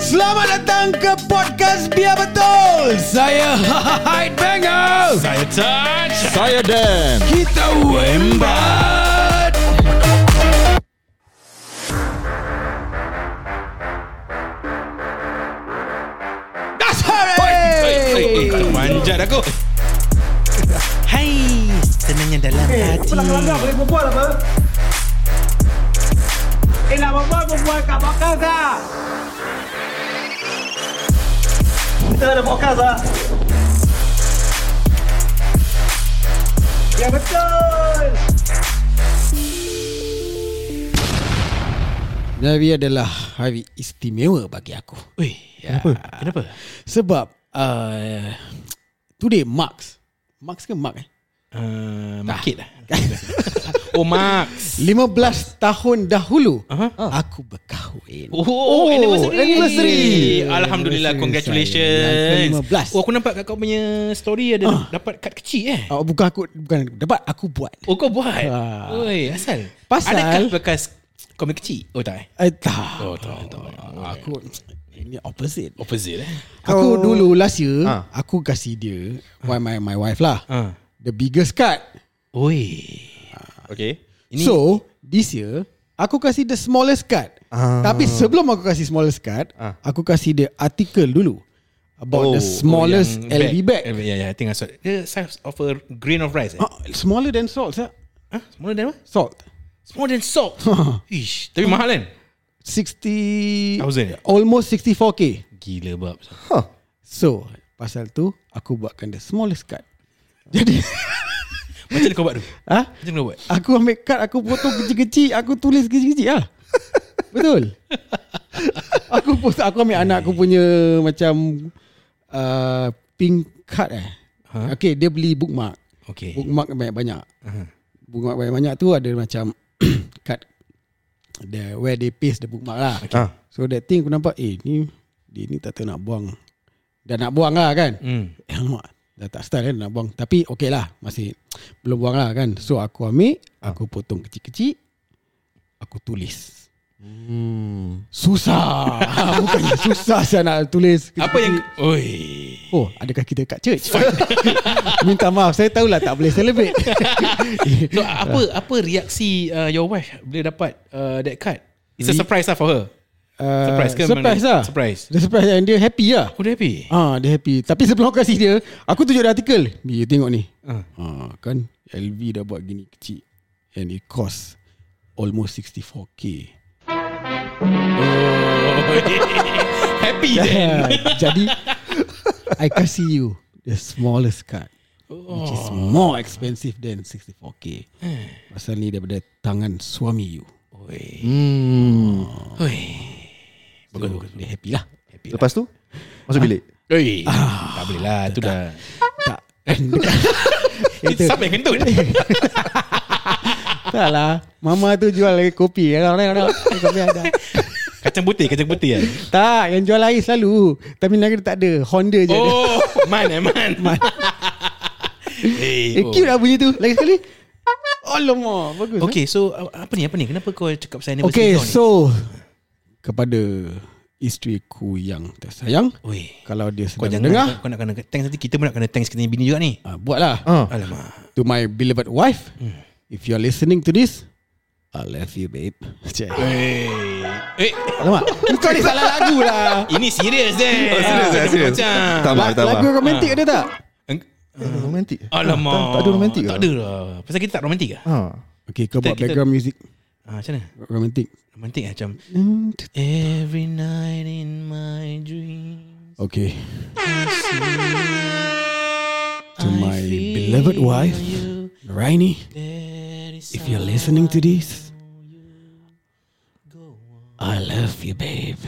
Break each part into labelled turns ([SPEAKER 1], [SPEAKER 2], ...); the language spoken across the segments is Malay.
[SPEAKER 1] Selamat datang ke podcast Biar Betul. Saya Hyde Banger.
[SPEAKER 2] Saya touch
[SPEAKER 3] Saya Dan
[SPEAKER 1] Kita wembat. Dasar.
[SPEAKER 2] Manjat aku
[SPEAKER 4] Hai Senangnya dalam hati
[SPEAKER 5] boleh berbual apa? Eh nak berbual berbual kat podcast lah Kita ada podcast lah Ya betul
[SPEAKER 1] Hari adalah hari istimewa bagi aku.
[SPEAKER 4] Ui, ya. Kenapa? Kenapa?
[SPEAKER 1] Sebab uh, today marks. Marks ke mark eh?
[SPEAKER 4] Uh, market lah
[SPEAKER 2] Oh Max
[SPEAKER 1] 15 tahun dahulu uh-huh. aku berkahwin.
[SPEAKER 2] Oh, oh anniversary.
[SPEAKER 1] anniversary.
[SPEAKER 2] Alhamdulillah
[SPEAKER 1] Anniversary
[SPEAKER 2] Congratulations
[SPEAKER 1] saya. Lifetime 15.
[SPEAKER 2] Oh aku nampak kat kau punya story Ada dapat kad kecil eh
[SPEAKER 1] Uh, bukan aku bukan aku dapat aku buat.
[SPEAKER 2] Oh kau buat
[SPEAKER 1] Ah.
[SPEAKER 2] Oi asal
[SPEAKER 1] Pasal-
[SPEAKER 2] Adakah bekas kau punya kecil Oh tak eh
[SPEAKER 1] Eh, tak.
[SPEAKER 2] Oh, tak, tak.
[SPEAKER 1] Aku ini opposite.
[SPEAKER 2] Opposite eh
[SPEAKER 1] Aku
[SPEAKER 3] Kau-
[SPEAKER 1] dulu last year
[SPEAKER 3] Ah.
[SPEAKER 1] aku kasih dia my my my wife lah.
[SPEAKER 2] Ah.
[SPEAKER 1] The biggest card.
[SPEAKER 2] Oi
[SPEAKER 3] Okay
[SPEAKER 2] Ini-
[SPEAKER 1] So this year aku kasih the smallest card.
[SPEAKER 3] Ah.
[SPEAKER 1] Tapi sebelum aku kasih smallest card,
[SPEAKER 3] Ah.
[SPEAKER 1] aku kasih dia artikel dulu about Oh, the smallest
[SPEAKER 2] Oh, yang
[SPEAKER 1] LV bag.
[SPEAKER 2] Eh, Ya ya I think I saw it. The size of a grain of rice eh?
[SPEAKER 1] Ah, smaller than salt, sir.
[SPEAKER 2] Huh? Smaller than what?
[SPEAKER 1] Salt.
[SPEAKER 2] Smaller than salt Ish Tapi mahal kan
[SPEAKER 1] 60
[SPEAKER 2] Thousand.
[SPEAKER 1] almost 64k.
[SPEAKER 2] Gila bab
[SPEAKER 1] So, pasal tu aku buatkan the smallest card. Jadi,
[SPEAKER 2] Macam mana kau buat tu?
[SPEAKER 1] ah,
[SPEAKER 2] Macam mana kau buat?
[SPEAKER 1] aku ambil card, aku potong kecil-kecil, aku tulis kecil-kecil lah. Betul. aku post, aku ambil anak aku punya macam uh, pink card eh. Huh? Okay, dia beli bookmark.
[SPEAKER 2] Okay
[SPEAKER 1] Bookmark banyak-banyak. Uh-huh. Bookmark banyak-banyak tu ada macam card the where they paste the bookmark lah.
[SPEAKER 3] ah.
[SPEAKER 1] So that thing aku nampak Eh ni Dia ni tak tahu nak buang Dah nak buang lah kan
[SPEAKER 2] Hmm
[SPEAKER 1] Eh alamak Dah tak style kan nak buang Tapi okey lah Masih Belum buang lah kan So aku ambil Aku
[SPEAKER 2] Ah.
[SPEAKER 1] potong kecil-kecil Aku tulis hmm. Susah Ah, Bukannya susah saya nak tulis
[SPEAKER 2] Apa yang Oi
[SPEAKER 1] Oh adakah kita kat church Minta maaf Saya tahulah tak boleh celebrate Eh,
[SPEAKER 2] So apa apa reaksi uh, your wife bila dapat uh, that card? It's a surprise lah for her.
[SPEAKER 1] uh,
[SPEAKER 2] Surprise ke memang
[SPEAKER 1] Surprise
[SPEAKER 2] dia-
[SPEAKER 1] lah
[SPEAKER 2] surprise?
[SPEAKER 1] Dia surprise and dia happy lah
[SPEAKER 2] Oh dia happy.
[SPEAKER 1] Ah, dia happy. Tapi sebelum aku kasih dia, aku tunjuk dia artikel. Dia tengok ni. Ah. kan LV dah buat gini kecil. And it cost almost 64k.
[SPEAKER 2] Oh. happy
[SPEAKER 1] Yeah. Ah. Jadi I kasih you the smallest card. Oh. Eh. Which is more expensive than 64k. Pasal ni daripada tangan suami you. Hmm.
[SPEAKER 2] Oi.
[SPEAKER 1] So, dia happy lah. Happy.
[SPEAKER 3] Lepas tu Masuk bilik
[SPEAKER 2] Oi. Tak boleh lah tu dah.
[SPEAKER 1] Tak.
[SPEAKER 2] Itu sampai kentut.
[SPEAKER 1] tak lah. Mama tu jual lagi kopi. Kopi ada.
[SPEAKER 2] Kacang putih, kacang putih kan.
[SPEAKER 1] Tak, yang jual air selalu. Tapi negara tak ada. Honda je ada.
[SPEAKER 2] Oh, man eh man.
[SPEAKER 1] Man.
[SPEAKER 2] Eh,
[SPEAKER 1] Eh, cute lah bunyi tu. Lagi sekali. Alamak, bagus. eh?
[SPEAKER 2] Okay, so uh, apa ni? Apa ni? Kenapa kau cakap pasal
[SPEAKER 1] okay
[SPEAKER 2] anniversary kau ni?
[SPEAKER 1] so kepada isteriku yang tersayang,
[SPEAKER 2] Oi.
[SPEAKER 1] kalau dia
[SPEAKER 2] Kau
[SPEAKER 1] sedang
[SPEAKER 2] jangan dengar.
[SPEAKER 1] dengar,
[SPEAKER 2] Kau nak kena thanks nanti kita pun nak kena thanks kita punya bini juga ni.
[SPEAKER 1] ah, buatlah.
[SPEAKER 3] ah.
[SPEAKER 2] Alamak.
[SPEAKER 1] To my beloved wife, if you're listening to this, I love you babe. Cik.
[SPEAKER 2] Eh. Eh,
[SPEAKER 1] Alamak, kau ni salah lagu lah.
[SPEAKER 2] ini serius deh.
[SPEAKER 3] Oh, serius,
[SPEAKER 2] Ah,
[SPEAKER 3] ah, serius.
[SPEAKER 2] macam-
[SPEAKER 3] Tak maaf, tak
[SPEAKER 1] Lagu
[SPEAKER 3] maaf.
[SPEAKER 1] romantik ada tak?
[SPEAKER 2] Eng-
[SPEAKER 3] Eh, Romantik.
[SPEAKER 2] Alamak.
[SPEAKER 3] Tak, tak ada romantik
[SPEAKER 2] Tak
[SPEAKER 3] ke?
[SPEAKER 2] ada lah. Pasal kita tak romantik ke?
[SPEAKER 3] Ha.
[SPEAKER 1] Okay, kau buat
[SPEAKER 2] Kita- kita-
[SPEAKER 1] background music
[SPEAKER 2] Ha, macam mana?
[SPEAKER 1] romantik.
[SPEAKER 2] Romantik lah macam Every night in my dreams
[SPEAKER 1] Okay. To
[SPEAKER 2] I
[SPEAKER 1] my
[SPEAKER 2] feel
[SPEAKER 1] beloved wife,
[SPEAKER 2] you.
[SPEAKER 1] Rainy,
[SPEAKER 2] There is
[SPEAKER 1] if you're listening to this, I love you, babe.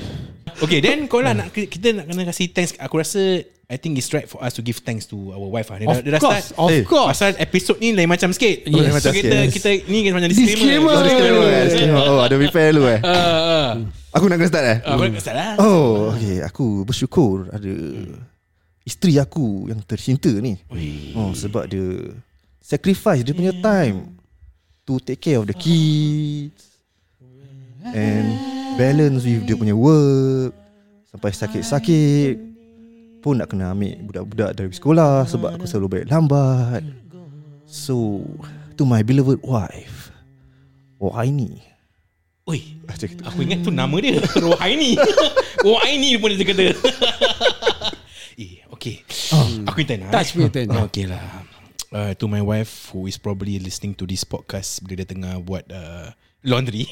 [SPEAKER 2] Okay then kau lah nak, Kita nak kena kasih thanks Aku rasa I think it's right for us to give thanks to our wife lah. Dia,
[SPEAKER 1] Of
[SPEAKER 2] dah- dia dah
[SPEAKER 1] course,
[SPEAKER 2] start
[SPEAKER 1] of
[SPEAKER 3] Eh,
[SPEAKER 1] course.
[SPEAKER 2] Pasal episod ni lain macam
[SPEAKER 1] Yes.
[SPEAKER 2] sikit So
[SPEAKER 3] Macam
[SPEAKER 2] kita,
[SPEAKER 3] sikit.
[SPEAKER 2] kita ni macam
[SPEAKER 1] Disclaimer.
[SPEAKER 2] disclaimer
[SPEAKER 3] Oh, disclaimer, eh, disclaimer. Oh, ada repair dulu eh.
[SPEAKER 2] Ah,
[SPEAKER 3] Aku nak kena start eh.
[SPEAKER 2] Aku nak salah
[SPEAKER 3] Oh, okay. Aku bersyukur ada isteri aku yang tercinta ni. Oh, sebab dia sacrifice dia punya time to take care of the kids and balance with dia punya work Sampai sakit-sakit Pun nak kena ambil budak-budak dari sekolah Sebab aku selalu balik lambat So To my beloved wife Oh, Wahaini
[SPEAKER 2] Oi,
[SPEAKER 3] Macam gitu
[SPEAKER 2] aku ingat tu nama dia. Rohaini. Rohaini pun dia kata. eh, okay. Aku intern lah.
[SPEAKER 1] Touch me, Tan.
[SPEAKER 2] Okay lah. Uh, to my wife who is probably listening to this podcast bila dia tengah buat uh, laundry.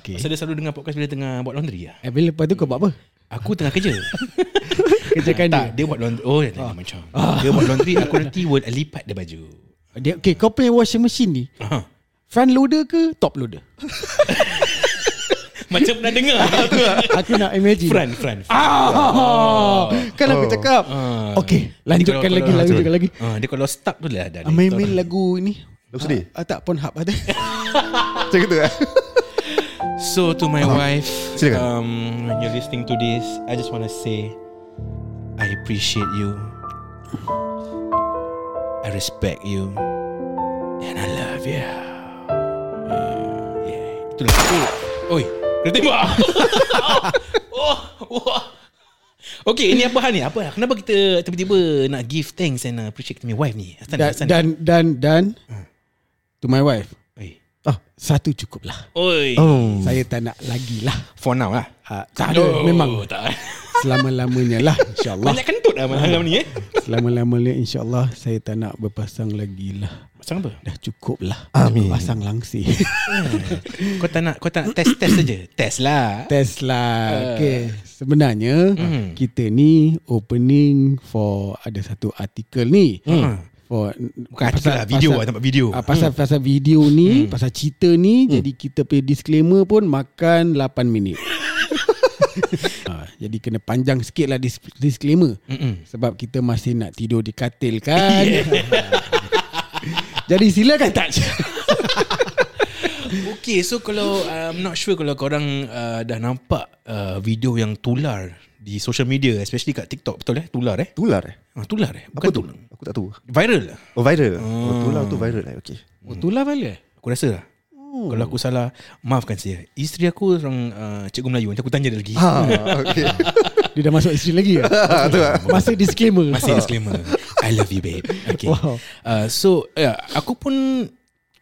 [SPEAKER 1] Okay.
[SPEAKER 2] So dia selalu dengar podcast bila dia tengah buat laundry lah.
[SPEAKER 1] Eh, bila lepas tu kau buat apa?
[SPEAKER 2] Aku tengah kerja.
[SPEAKER 1] Kerjakan
[SPEAKER 2] tak,
[SPEAKER 1] dia. Ah.
[SPEAKER 2] dia buat laundry. Oh, dia tengah macam. Dia buat laundry, aku nanti will lipat dia baju.
[SPEAKER 1] dia. Okay, kau punya washing machine ni.
[SPEAKER 2] Ha.
[SPEAKER 1] Front loader ke top loader?
[SPEAKER 2] Macam pernah dengar. lah.
[SPEAKER 1] Aku nak imagine.
[SPEAKER 2] Fran, Fran.
[SPEAKER 1] Ah, kan aku cakap. Okay, lanjutkan lagi, lanjutkan lagi.
[SPEAKER 2] Uh, dia kalau stuck tu lah dah.
[SPEAKER 1] Main main lagu ni.
[SPEAKER 3] Lagu sedih?
[SPEAKER 1] Ah, ah, tak Pornhub ada.
[SPEAKER 3] Macam gitu eh
[SPEAKER 2] So to my wife,
[SPEAKER 3] Silakan.
[SPEAKER 2] um, when you're listening to this, I just want to say, I appreciate you, I respect you, and I love you. Yeah, yeah. Itulah. Oh, oi, kena tembak. oh, wah. Okay, ini apa hal ni? Apa? lah? Kenapa kita tiba-tiba nak give thanks and appreciate to my wife ni? Hastan,
[SPEAKER 1] Dan
[SPEAKER 2] Hastan.
[SPEAKER 1] dan dan, dan to my wife.
[SPEAKER 2] Oi.
[SPEAKER 1] Satu cukup lah.
[SPEAKER 2] Oi.
[SPEAKER 3] Ah, oh.
[SPEAKER 1] Saya tak nak lagi lah.
[SPEAKER 2] For now lah.
[SPEAKER 1] Ah, tak ada
[SPEAKER 2] Oh,
[SPEAKER 1] memang
[SPEAKER 2] tak.
[SPEAKER 1] selama-lamanya lah insyaAllah.
[SPEAKER 2] Banyak kentut lah malam ni eh.
[SPEAKER 1] Selama-lamanya insyaAllah saya tak nak berpasang lagi lah.
[SPEAKER 2] Macam apa?
[SPEAKER 1] Dah cukup lah.
[SPEAKER 3] Amin.
[SPEAKER 1] Pasang langsir.
[SPEAKER 2] Kau tak nak kau tak nak test test saja. Test lah.
[SPEAKER 1] Test lah. Okay. Sebenarnya kita ni opening for ada satu artikel ni.
[SPEAKER 2] Hmm.
[SPEAKER 1] For
[SPEAKER 2] Ha. Bukan artikel lah, video lah, tempat video.
[SPEAKER 1] Ah, pasal pasal video ni,
[SPEAKER 2] Hmm.
[SPEAKER 1] pasal cerita ni, jadi kita punya disclaimer pun makan 8 minit. Ah, jadi kena panjang sikit lah dis- disclaimer
[SPEAKER 2] Mm-mm.
[SPEAKER 1] Sebab kita masih nak tidur di katil kan Jadi silakan touch
[SPEAKER 2] Okay, so kalau uh, I'm not sure kalau korang uh, dah nampak uh, video yang tular di social media, especially kat TikTok, betul eh? Tular eh?
[SPEAKER 3] Tular eh
[SPEAKER 2] Ha, tular eh? Bukan
[SPEAKER 3] Apa tu?
[SPEAKER 2] tular.
[SPEAKER 3] Aku tak tahu
[SPEAKER 2] Viral lah.
[SPEAKER 3] Oh viral Oh tular tu viral eh Okay
[SPEAKER 1] Oh tular balik
[SPEAKER 2] Aku rasa lah. Oh. Kalau aku salah, maafkan saya. Isteri aku seorang uh, cikgu Melayu. Nanti aku tanya dia lagi. Ha.
[SPEAKER 3] Ah, okay.
[SPEAKER 1] Dia dah masuk isteri lagi ya? Masih disclaimer Ah,
[SPEAKER 2] Masih disclaimer. I love you babe. Okay.
[SPEAKER 1] Wow.
[SPEAKER 2] Uh, so yeah, aku pun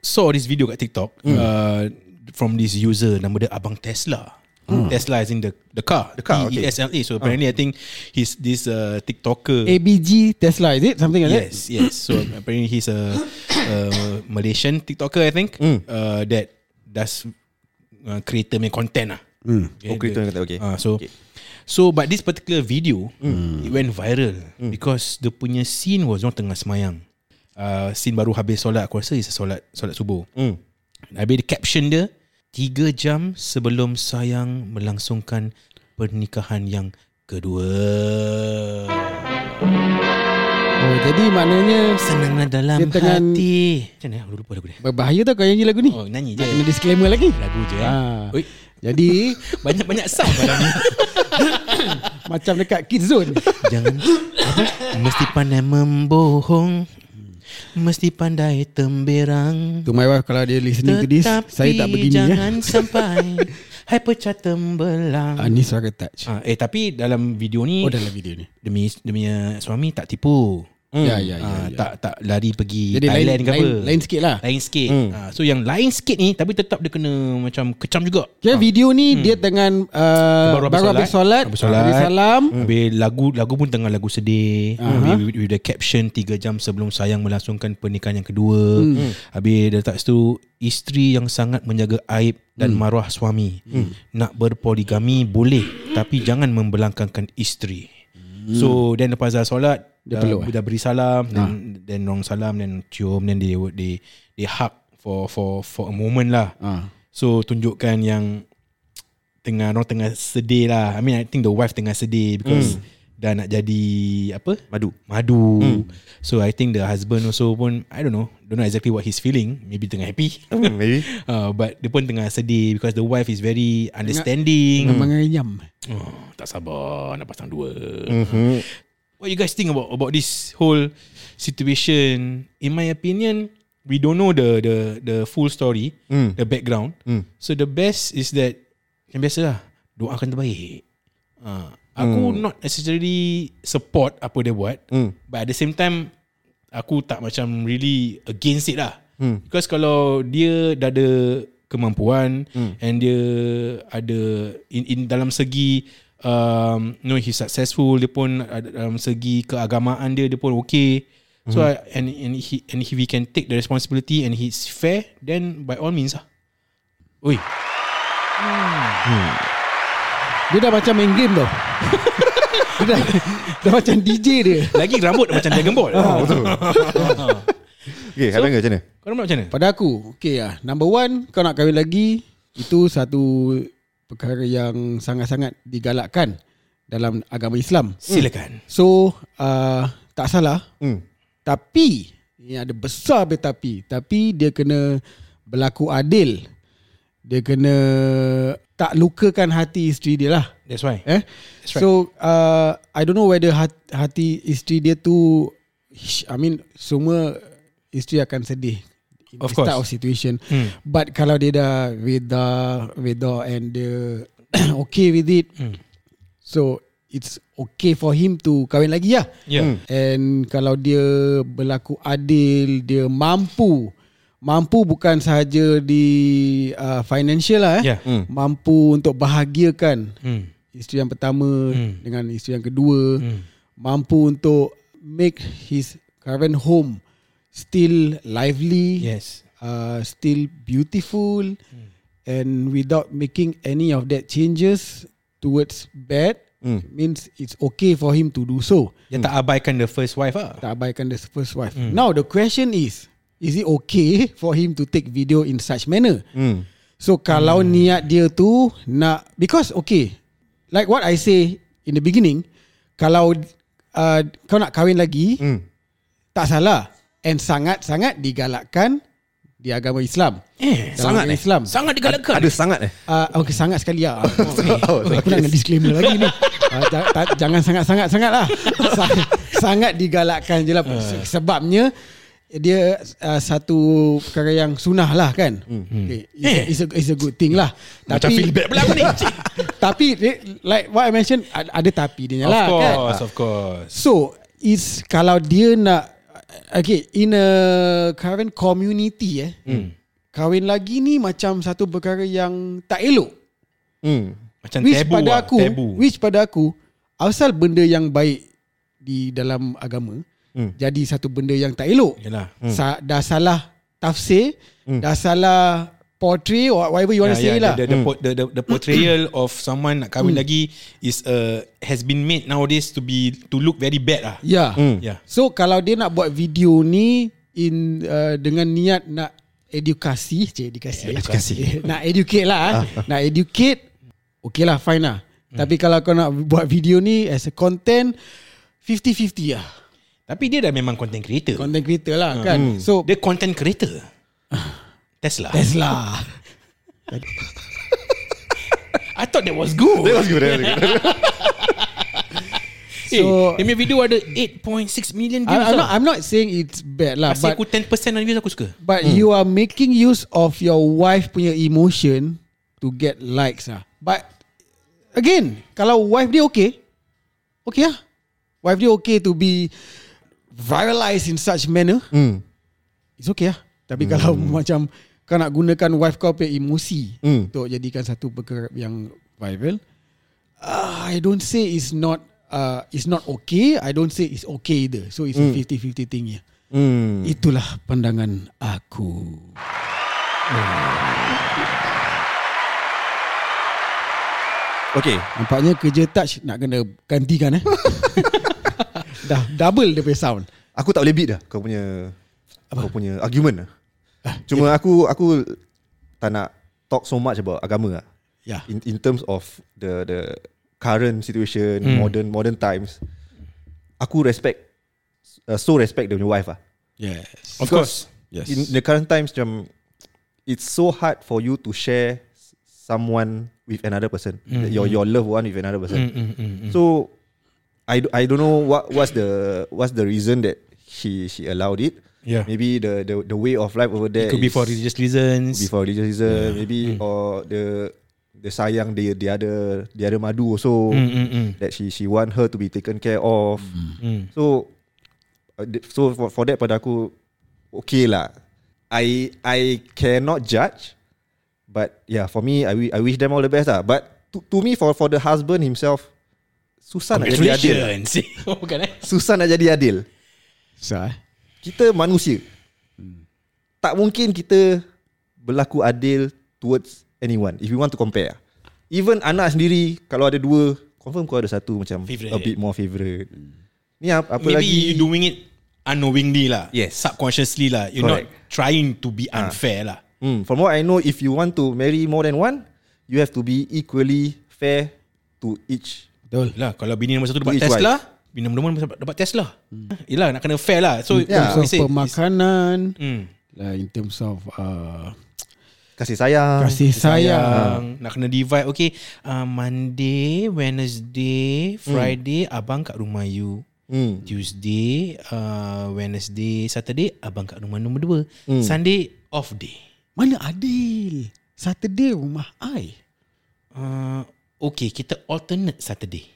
[SPEAKER 2] saw this video kat TikTok
[SPEAKER 3] Hmm.
[SPEAKER 2] uh, from this user nama dia Abang Tesla. Tesla is in the the car. The
[SPEAKER 3] Hmm. car, okay. Oh.
[SPEAKER 2] E S L A. So apparently I think he's this uh, TikToker.
[SPEAKER 1] ABG Tesla is it? Something like that?
[SPEAKER 2] Yes, yes. So apparently he's a, a Malaysian TikToker, I think,
[SPEAKER 3] Hmm.
[SPEAKER 2] uh, that does uh, creator punya content lah. Mm.
[SPEAKER 3] Oh, creator punya content, okay.
[SPEAKER 2] Uh, so, okay. so but this particular video, it went viral because the punya scene was orang tengah semayang. Uh, scene baru habis solat, aku rasa is solat solat subuh.
[SPEAKER 3] Hmm.
[SPEAKER 2] Mm. Habis the caption dia, tiga jam sebelum sayang melangsungkan pernikahan yang kedua.
[SPEAKER 1] Oh, jadi maknanya
[SPEAKER 2] Senanglah dalam
[SPEAKER 1] Dia tengah-
[SPEAKER 2] hati. Macam mana? Aku lupa lagu dia.
[SPEAKER 1] Berbahaya tau kau nyanyi lagu ni
[SPEAKER 2] Oh, nyanyi je.
[SPEAKER 1] Nak kena disclaimer lagi
[SPEAKER 2] Lagu je.
[SPEAKER 1] Ha.
[SPEAKER 2] Ah. Oi,
[SPEAKER 1] Jadi
[SPEAKER 2] banyak-banyak sound malam ni.
[SPEAKER 1] Macam dekat Kids Zone
[SPEAKER 2] Jangan apa? Mesti pandai membohong. Mesti pandai temberang.
[SPEAKER 1] To my wife Kalau dia listening to this
[SPEAKER 2] Tetapi
[SPEAKER 1] Saya tak begini ya
[SPEAKER 2] jangan sampai Hai
[SPEAKER 1] Ah,
[SPEAKER 2] pecah tembelang.
[SPEAKER 1] ni suara touch
[SPEAKER 2] Ah, eh tapi dalam video ni
[SPEAKER 1] Oh dalam video ni
[SPEAKER 2] demi demi uh, suami tak tipu.
[SPEAKER 1] Ya ya ya
[SPEAKER 2] Ah,
[SPEAKER 1] ya.
[SPEAKER 2] tak tak lari pergi
[SPEAKER 1] Jadi lain,
[SPEAKER 2] Thailand ke apa.
[SPEAKER 1] lain, lain sikit lah
[SPEAKER 2] lain sikit. Hmm. Ha, so yang lain sikit ni tapi tetap dia kena macam kecam juga.
[SPEAKER 1] Okay, video ni dia dengan uh, baru, habis solat,
[SPEAKER 2] Ah. Hmm. Habis solat.
[SPEAKER 1] habis salam.
[SPEAKER 2] Hmm. Habis lagu lagu pun tengah lagu sedih. Habis with, with the caption 3 jam sebelum sayang melangsungkan pernikahan yang kedua. Hmm. Habis dia letak situ isteri yang sangat menjaga aib dan hmm. maruah suami. Hmm. Nak berpoligami boleh tapi jangan membelangkangkan isteri. Hmm. So then lepas dah solat
[SPEAKER 1] Dia
[SPEAKER 2] dah,
[SPEAKER 1] peluk, eh?
[SPEAKER 2] dah beri salam then, then orang salam then cium then they would- they they hug for for for a moment lah.
[SPEAKER 1] Ah.
[SPEAKER 2] So tunjukkan yang tengah orang tengah sedih lah. I mean I think the wife tengah sedih because mm. dah nak jadi apa?
[SPEAKER 3] Madu
[SPEAKER 2] Madu. Mm. So I think the husband also pun I don't know, don't know exactly what he's feeling. Maybe tengah happy.
[SPEAKER 3] Hmm, Maybe
[SPEAKER 2] Uh, but dia pun tengah sedih because the wife is very understanding.
[SPEAKER 1] Memang ayam.
[SPEAKER 2] Oh, tak sabar nak pasang dua. Mm-hmm.
[SPEAKER 3] Hmm.
[SPEAKER 2] What you guys think about about this whole situation? In my opinion, we don't know the the the full story, mm. the background. Mm. So the best is that yang biasalah, doakan lah, terbaik. Ha. Aku not necessarily support apa dia buat.
[SPEAKER 3] Hmm.
[SPEAKER 2] But at the same time, aku tak macam really against it lah. Because kalau dia dah ada kemampuan and dia ada in, in dalam segi um, you know, he's successful, dia pun ada dalam segi keagamaan dia, dia pun okay. So I, and and he and if he can take the responsibility and he's fair, then by all means lah. Oi,
[SPEAKER 1] Dia dah macam main game tau Dia dah, dah macam DJ dia
[SPEAKER 2] lagi rambut macam Dragon Ball.
[SPEAKER 3] Okay, so, macam mana?
[SPEAKER 2] Oh. Kau nampak macam mana?
[SPEAKER 1] Pada aku Okay lah Number one Kau nak kahwin lagi Itu satu Perkara yang Sangat-sangat digalakkan Dalam agama Islam
[SPEAKER 2] Silakan.
[SPEAKER 1] So uh, Tak salah
[SPEAKER 3] Hmm.
[SPEAKER 1] Tapi Ini ada besar be tapi Tapi dia kena Berlaku adil Dia kena Tak lukakan hati isteri dia lah
[SPEAKER 2] That's why.
[SPEAKER 1] Eh?
[SPEAKER 2] right.
[SPEAKER 1] So uh, I don't know whether hati, hati isteri dia tu sh- I mean semua isteri akan sedih in
[SPEAKER 2] Of
[SPEAKER 1] this type of
[SPEAKER 2] course.
[SPEAKER 1] situation.
[SPEAKER 2] Hmm.
[SPEAKER 1] But kalau dia dah reda reda and dia okay with it.
[SPEAKER 2] Hmm.
[SPEAKER 1] So it's okay for him to kahwin lagi lah.
[SPEAKER 2] Yeah.
[SPEAKER 1] And kalau dia berlaku adil, dia mampu mampu bukan sahaja di uh, financial lah eh.
[SPEAKER 2] Yeah. Hmm.
[SPEAKER 1] Mampu untuk bahagiakan
[SPEAKER 2] Hmm.
[SPEAKER 1] isteri yang pertama
[SPEAKER 2] Hmm.
[SPEAKER 1] dengan isteri yang kedua
[SPEAKER 2] Hmm.
[SPEAKER 1] mampu untuk make his current home still lively
[SPEAKER 2] Yes. Hmm.
[SPEAKER 1] uh, still beautiful and without making any of that changes towards bad
[SPEAKER 3] Hmm.
[SPEAKER 1] means it's okay for him to do so
[SPEAKER 2] Dia tak abaikan the first wife ah.
[SPEAKER 1] tak abaikan the first wife
[SPEAKER 2] Hmm.
[SPEAKER 1] now the question is is it okay for him to take video in such manner
[SPEAKER 3] Hmm.
[SPEAKER 1] So kalau hmm. niat dia tu nak because okay, like what I say in the beginning, kalau uh, kau nak kahwin lagi
[SPEAKER 3] Hmm.
[SPEAKER 1] tak salah and sangat-sangat digalakkan di agama Islam.
[SPEAKER 2] Eh,
[SPEAKER 1] Dalam
[SPEAKER 3] sangat
[SPEAKER 1] agama
[SPEAKER 3] eh?
[SPEAKER 1] Islam.
[SPEAKER 2] Sangat digalakkan.
[SPEAKER 3] Ada sangat eh?
[SPEAKER 1] Uh, okay sangat sekali lah
[SPEAKER 3] Oh,
[SPEAKER 1] Aku nak dengan disclaimer lagi ni uh, ja- ta- Jangan sangat-sangat sangat lah Sa- Sangat digalakkan je lah
[SPEAKER 2] Ah.
[SPEAKER 1] Se- Sebabnya Dia uh, satu perkara yang sunnah lah kan okay. it's, a, it's, a, it's a good thing lah
[SPEAKER 2] Hmm. Macam
[SPEAKER 1] Tapi-
[SPEAKER 2] feedback pula aku ni.
[SPEAKER 1] Tapi dia- Like what I mentioned ad- Ada tapi dia
[SPEAKER 2] of
[SPEAKER 1] lah kan
[SPEAKER 2] course, of course.
[SPEAKER 1] So is kalau dia nak okay in a current community eh hmm. kahwin lagi ni macam satu perkara yang tak elok
[SPEAKER 3] Hmm.
[SPEAKER 2] Macam
[SPEAKER 1] which
[SPEAKER 2] tabu
[SPEAKER 1] pada
[SPEAKER 2] lah,
[SPEAKER 1] aku
[SPEAKER 2] tabu.
[SPEAKER 1] which pada aku asal benda yang baik di dalam agama
[SPEAKER 3] Hmm.
[SPEAKER 1] jadi satu benda yang tak elok
[SPEAKER 2] Yalah.
[SPEAKER 1] Sa- dah salah tafsir
[SPEAKER 2] Hmm.
[SPEAKER 1] dah salah portray or whatever you want to
[SPEAKER 2] Yeah,
[SPEAKER 1] say
[SPEAKER 2] yeah,
[SPEAKER 1] lah
[SPEAKER 2] Ya,
[SPEAKER 1] Hmm.
[SPEAKER 2] the, the, the, po- the, the, the portrayal of someone nak kahwin lagi is uh, has been made nowadays to be to look very bad lah.
[SPEAKER 1] yeah
[SPEAKER 3] Hmm. Ya.
[SPEAKER 2] Yeah.
[SPEAKER 1] Ya. So kalau dia nak buat video ni in uh, dengan niat nak edukasi, cik edukasi.
[SPEAKER 3] edukasi.
[SPEAKER 1] Eh, nak educate
[SPEAKER 2] Ah.
[SPEAKER 1] lah. eh. nak educate. Okay lah, fine lah.
[SPEAKER 2] Hmm.
[SPEAKER 1] Tapi kalau kau nak buat video ni as a content 50-50 lah.
[SPEAKER 2] Tapi dia dah memang content creator.
[SPEAKER 1] Content creator lah kan. So
[SPEAKER 2] Ah, hmm. Dia content creator. Tesla.
[SPEAKER 1] Tesla.
[SPEAKER 2] I thought that was good.
[SPEAKER 3] That was good. That was good.
[SPEAKER 2] Eh,
[SPEAKER 1] So-
[SPEAKER 2] dia punya video ada 8.6 million
[SPEAKER 1] I,
[SPEAKER 2] views.
[SPEAKER 1] I'm
[SPEAKER 2] tau.
[SPEAKER 1] not I'm not saying it's bad lah but
[SPEAKER 2] Masih aku 10% dari views aku suka.
[SPEAKER 1] but you are making use of your wife punya emotion to get likes lah. But again, kalau wife dia okay, okay lah. Wife dia okay to be viralized in such manner.
[SPEAKER 3] Hmm.
[SPEAKER 1] It's okay lah. Tapi kalau macam kau nak gunakan wife kau punya emosi
[SPEAKER 3] Hmm.
[SPEAKER 1] untuk jadikan satu perkara yang viral, uh, I don't say it's not uh, it's not okay. I don't say it's okay either. So it's a 50-50 thing ya.
[SPEAKER 3] Hmm.
[SPEAKER 1] Itulah pandangan aku.
[SPEAKER 3] Okay.
[SPEAKER 1] Nampaknya kerja touch nak kena gantikan eh. dah double dia punya sound.
[SPEAKER 3] Aku tak boleh beat dah kau punya Apa? kau punya argument lah. Cuma aku aku tak nak talk so much about agama lah.
[SPEAKER 1] Ya.
[SPEAKER 3] In in terms of the the current situation,
[SPEAKER 2] Hmm.
[SPEAKER 3] modern modern times. Aku respect uh, so respect dia punya wife lah.
[SPEAKER 1] Yes.
[SPEAKER 2] Of course.
[SPEAKER 1] Yes.
[SPEAKER 3] In the current times macam it's so hard for you to share s- someone with another person.
[SPEAKER 2] Hmm.
[SPEAKER 3] Your your loved one with another person.
[SPEAKER 2] Mm, mm, mm.
[SPEAKER 3] So I, d- I don't know what what's the what's the reason that she she allowed it.
[SPEAKER 2] Yeah.
[SPEAKER 3] Maybe the the, the way of life over there
[SPEAKER 2] Could be
[SPEAKER 3] is-
[SPEAKER 2] for religious reasons. Mm.
[SPEAKER 3] could be for religious reason. Maybe or the dia sayang dia dia ada dia ada madu so
[SPEAKER 2] Mm, mm, mm.
[SPEAKER 3] that she she want her to be taken care of.
[SPEAKER 2] Mm.
[SPEAKER 3] So uh, th- so for, for that pada aku okay lah. I I cannot judge but yeah for me I wi- I wish them all the best lah. But to, to me for for the husband himself susah nak jadi adil.
[SPEAKER 4] Congratulations. Oh, bukan eh?
[SPEAKER 3] Susah nak jadi adil.
[SPEAKER 1] Susah eh?
[SPEAKER 3] Kita manusia. Tak mungkin kita berlaku adil towards anyone if you want to compare. Even anak sendiri kalau ada dua confirm kau ada satu macam
[SPEAKER 2] Favourite.
[SPEAKER 3] a bit more favorite. Ni apa, apa
[SPEAKER 2] Maybe
[SPEAKER 3] lagi?
[SPEAKER 2] you doing it unknowingly lah.
[SPEAKER 3] Yes.
[SPEAKER 2] Subconsciously lah. You're
[SPEAKER 3] Correct.
[SPEAKER 2] not trying to be unfair lah.
[SPEAKER 3] Hmm, from what I know, if you want to marry more than one, you have to be equally fair to each.
[SPEAKER 1] Betul.
[SPEAKER 2] Lah kalau bini nombor satu dapat
[SPEAKER 3] Which
[SPEAKER 2] Tesla, bini nombor dua dapat Tesla. Yelah nak kena fair lah. So
[SPEAKER 1] In terms of
[SPEAKER 2] like I
[SPEAKER 3] Ya,
[SPEAKER 2] said, it's-
[SPEAKER 1] pemakanan,
[SPEAKER 2] mm,
[SPEAKER 1] lah in terms of uh,
[SPEAKER 3] Kasih Ah, sayang.
[SPEAKER 1] kasih sayang.
[SPEAKER 2] yang nak kena divide okay uh, Monday, Wednesday, Friday abang kat rumah you.
[SPEAKER 3] Hmm.
[SPEAKER 2] Tuesday, uh, Wednesday, Saturday abang kat rumah nombor dua.
[SPEAKER 3] Hmm.
[SPEAKER 2] Sunday off day.
[SPEAKER 1] Mana adil? Saturday rumah I.
[SPEAKER 2] Uh, okay, kita alternate Saturday.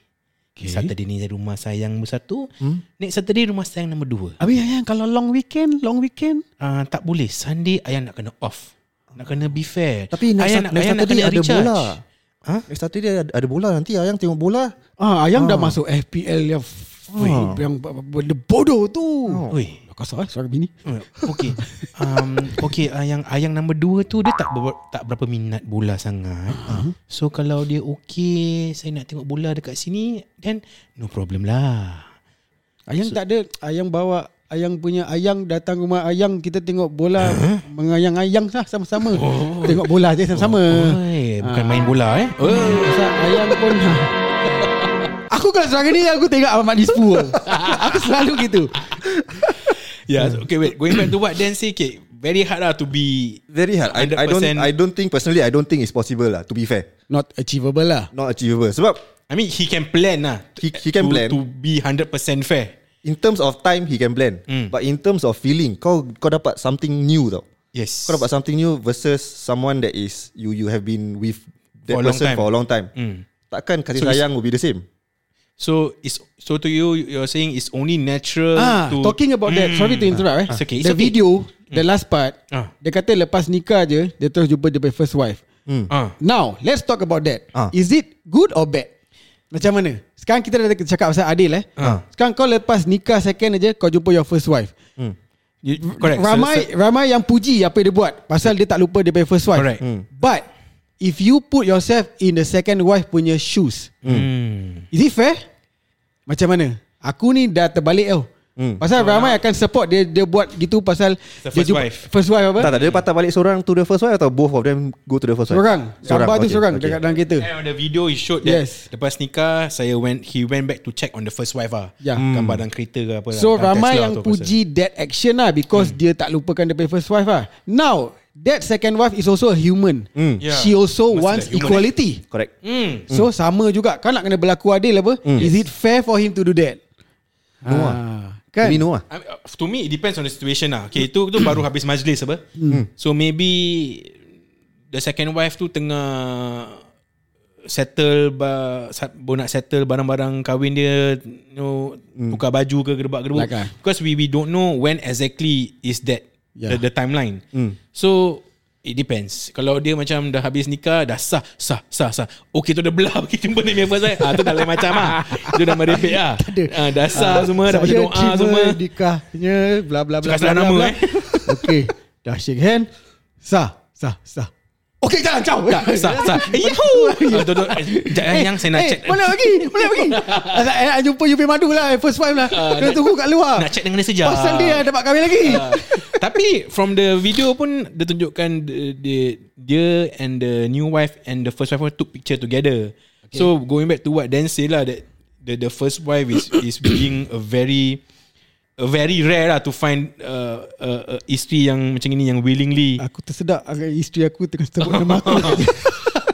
[SPEAKER 2] Okay. Saturday ni rumah sayang nombor satu. Hmm? Next Saturday rumah sayang nombor dua.
[SPEAKER 1] Habis ayang kalau long weekend, long weekend.
[SPEAKER 2] Uh, tak boleh. Sunday ayah nak kena off. Nak kena be fair.
[SPEAKER 3] Tapi next,
[SPEAKER 2] Ayah
[SPEAKER 3] sat- next
[SPEAKER 2] ayah
[SPEAKER 3] Saturday
[SPEAKER 2] kena
[SPEAKER 3] ada
[SPEAKER 2] recharge.
[SPEAKER 3] bola.
[SPEAKER 2] Ha?
[SPEAKER 3] Next Saturday Eh, ada, ada bola nanti. Ayang tengok bola.
[SPEAKER 1] Ah, ayang dah masuk FPL yang oh. yang b- b- benda bodoh tu. Oh.
[SPEAKER 2] Oi.
[SPEAKER 1] Kasar eh suara bini.
[SPEAKER 2] Okay. Um, okay, ayang ayang nombor dua tu dia tak ber, tak berapa minat bola sangat.
[SPEAKER 3] Hmm?
[SPEAKER 2] Uh-huh. So kalau dia okay, saya nak tengok bola dekat sini, then no problem lah.
[SPEAKER 1] Ayang tak ada ayang bawa ayang punya ayang datang rumah ayang kita tengok bola mengayang-ayang lah sama-sama. Eh? Oh. Tengok bola je sama-sama.
[SPEAKER 2] Oi, bukan main bola eh.
[SPEAKER 3] Ah.
[SPEAKER 1] Oh. Pasal ayang pun Aku kalau suara ni Aku tengok Ahmad Dispu Aku selalu gitu
[SPEAKER 2] Yeah, so, okay wait. Going back to what Dan say, okay, very hard lah to be
[SPEAKER 3] Very hard. I, I don't
[SPEAKER 2] 100%.
[SPEAKER 3] I don't think personally I don't think it's possible lah to be fair.
[SPEAKER 1] Not achievable lah
[SPEAKER 3] Not achievable. Sebab
[SPEAKER 2] I mean he can plan lah.
[SPEAKER 3] He- he can
[SPEAKER 2] to,
[SPEAKER 3] plan.
[SPEAKER 2] to be 100% fair.
[SPEAKER 3] in terms of time he can blend.
[SPEAKER 2] Hmm.
[SPEAKER 3] But in terms of feeling, kau kau dapat something new tau.
[SPEAKER 2] Yes.
[SPEAKER 3] Kau dapat something new versus someone that is you you have been with that
[SPEAKER 2] For a long
[SPEAKER 3] person
[SPEAKER 2] time.
[SPEAKER 3] for a long time.
[SPEAKER 2] Hmm.
[SPEAKER 3] Takkan kasih
[SPEAKER 2] So it's-
[SPEAKER 3] sayang will be the same.
[SPEAKER 2] So it's so to you you're saying it's only natural
[SPEAKER 1] ah,
[SPEAKER 2] to Hmm.
[SPEAKER 1] Talking about that Sorry to interrupt eh.
[SPEAKER 2] It's okay, it's
[SPEAKER 1] The
[SPEAKER 2] okay.
[SPEAKER 1] video The last part
[SPEAKER 2] Ah.
[SPEAKER 1] Dia kata lepas nikah je Dia terus jumpa Dia punya first wife
[SPEAKER 2] Ah.
[SPEAKER 1] Now Let's talk about that
[SPEAKER 3] Ah.
[SPEAKER 1] Is it good or bad? Macam mana? Sekarang kita dah cakap pasal adil eh.
[SPEAKER 2] Ah.
[SPEAKER 1] Sekarang kau lepas nikah second aja kau jumpa your first wife.
[SPEAKER 2] You, correct. So-
[SPEAKER 1] Ramai
[SPEAKER 2] so,
[SPEAKER 1] ramai yang puji apa yang dia buat pasal dia tak lupa dia punya first wife.
[SPEAKER 2] Correct.
[SPEAKER 3] Hmm.
[SPEAKER 1] But if you put yourself in the second wife punya shoes,
[SPEAKER 2] Hmm.
[SPEAKER 1] is it fair? Macam mana? Aku ni dah terbalik tau.
[SPEAKER 3] Hmm.
[SPEAKER 1] Pasal ramai akan support dia dia buat gitu pasal
[SPEAKER 2] lah.
[SPEAKER 1] dia
[SPEAKER 2] The first wife.
[SPEAKER 1] First wife apa?
[SPEAKER 3] Tak, tak. Dia patah balik seorang to the first wife atau both of them go to the first wife?
[SPEAKER 1] Seorang.
[SPEAKER 3] Seorang,
[SPEAKER 1] Gambar tu
[SPEAKER 3] okay,
[SPEAKER 1] seorang
[SPEAKER 3] okay.
[SPEAKER 1] dekat dalam kereta.
[SPEAKER 2] And on the video he showed that
[SPEAKER 1] Yes.
[SPEAKER 2] lepas nikah saya went he went back to check on the first wife ah.
[SPEAKER 1] Yeah. Hmm.
[SPEAKER 2] Gambar dalam kereta ke apa lah.
[SPEAKER 1] So
[SPEAKER 2] dalam
[SPEAKER 1] ramai
[SPEAKER 2] Tesla
[SPEAKER 1] yang
[SPEAKER 2] tu apa Hmm.
[SPEAKER 1] puji that action lah because dia tak lupakan dia punya first wife lah. Now that second wife is also a human.
[SPEAKER 3] Hmm.
[SPEAKER 2] Yeah.
[SPEAKER 1] She also
[SPEAKER 2] Must
[SPEAKER 1] wants
[SPEAKER 2] like human, eh?
[SPEAKER 1] equality.
[SPEAKER 3] Correct.
[SPEAKER 2] pasal. Hmm.
[SPEAKER 1] So sama juga Kau nak kena berlaku adil apa Is it fair for him to do that No
[SPEAKER 3] Hmm. lah.
[SPEAKER 1] Kan
[SPEAKER 3] Minum lah.
[SPEAKER 2] I mean, uh, to me it depends on the situation lah. Okay, itu tu baru habis majlis apa. Hmm. So maybe the second wife tu tengah settle ba, sa- bo nak settle barang-barang kahwin dia you know,
[SPEAKER 1] Hmm.
[SPEAKER 2] tukar baju ke gerbak-gerbuk
[SPEAKER 1] Like, ah.
[SPEAKER 2] because we we don't know when exactly is that
[SPEAKER 1] Yeah. Hmm.
[SPEAKER 2] the, the timeline so it depends kalau dia macam dah habis nikah dah sah sah sah sah okay tu dah belah pergi jumpa dia punya first wife ah, tu dah lain macam ah tu dah merepek ah. ah dah sah semua dah baca
[SPEAKER 1] Saya
[SPEAKER 2] doa
[SPEAKER 1] terima
[SPEAKER 2] semua
[SPEAKER 1] nikahnya Bla bla bla
[SPEAKER 2] Cakap salah nama, eh.
[SPEAKER 1] Okay Dah shake hand Sah Sah Sah Okay jangan kau
[SPEAKER 2] Sah, sah. Eh, Yahoo! Ah, tu, tu. Eh, Sekejap eh, yang saya nak check.
[SPEAKER 1] Mana lagi Mana lagi Asal eh, nak jumpa you punya madu lah eh, First wife lah Kena tunggu kat luar
[SPEAKER 2] Ah, Nak check dengan dia Ah. sekejap.
[SPEAKER 1] Pasal dia dapat kahwin lagi
[SPEAKER 2] Tapi from the video pun dia tunjukkan the- dia, dia and the new wife and the first wife pun took picture together. Okay. So going back to what Dan say lah that the the first wife is is being a very a very rare lah to find uh, uh, uh, isteri yang macam ini yang willingly
[SPEAKER 1] Aku tersedak ah, Isteri aku tengah sebut nama aku